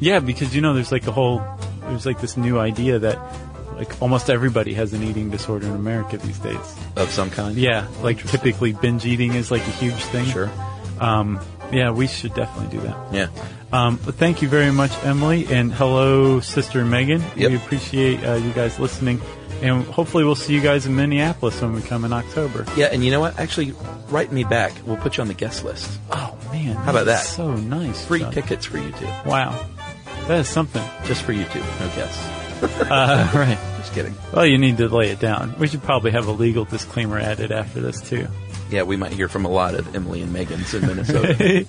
[SPEAKER 3] Yeah, because you know, there's like a whole, there's like this new idea that like almost everybody has an eating disorder in America these days.
[SPEAKER 5] Of some kind?
[SPEAKER 3] Yeah, like typically binge eating is like a huge thing.
[SPEAKER 5] Sure.
[SPEAKER 3] Um, yeah, we should definitely do that.
[SPEAKER 5] Yeah.
[SPEAKER 3] Um, but thank you very much, Emily, and hello, Sister Megan.
[SPEAKER 5] Yep.
[SPEAKER 3] We appreciate uh, you guys listening, and hopefully we'll see you guys in Minneapolis when we come in October.
[SPEAKER 5] Yeah, and you know what? Actually, write me back. We'll put you on the guest list.
[SPEAKER 3] Oh man,
[SPEAKER 5] How about that?
[SPEAKER 3] is So nice,
[SPEAKER 5] Free
[SPEAKER 3] Chuck.
[SPEAKER 5] tickets for you two.
[SPEAKER 3] Wow, that is something.
[SPEAKER 5] Just for you two. No guests.
[SPEAKER 3] Uh, (laughs) right.
[SPEAKER 5] Just kidding.
[SPEAKER 3] Well, you need to lay it down. We should probably have a legal disclaimer added after this too.
[SPEAKER 5] Yeah, we might hear from a lot of Emily and Megan's in Minnesota.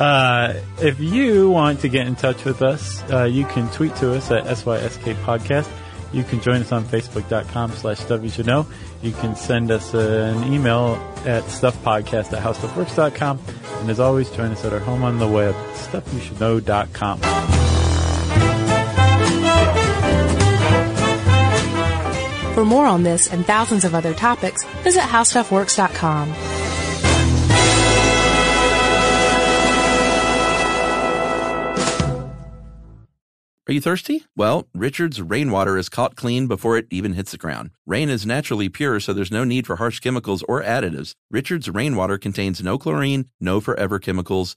[SPEAKER 3] Uh, if you want to get in touch with us, uh, you can tweet to us at SYSK Podcast. You can join us on Facebook.com slash WGNO. You can send us an email at stuffpodcast at howstuffworks.com. And as always, join us at our home on the web, stuffyoushouldknow.com.
[SPEAKER 2] For more on this and thousands of other topics, visit howstuffworks.com.
[SPEAKER 5] Are you thirsty? Well, Richard's rainwater is caught clean before it even hits the ground. Rain is naturally pure, so there's no need for harsh chemicals or additives. Richard's rainwater contains no chlorine, no forever chemicals,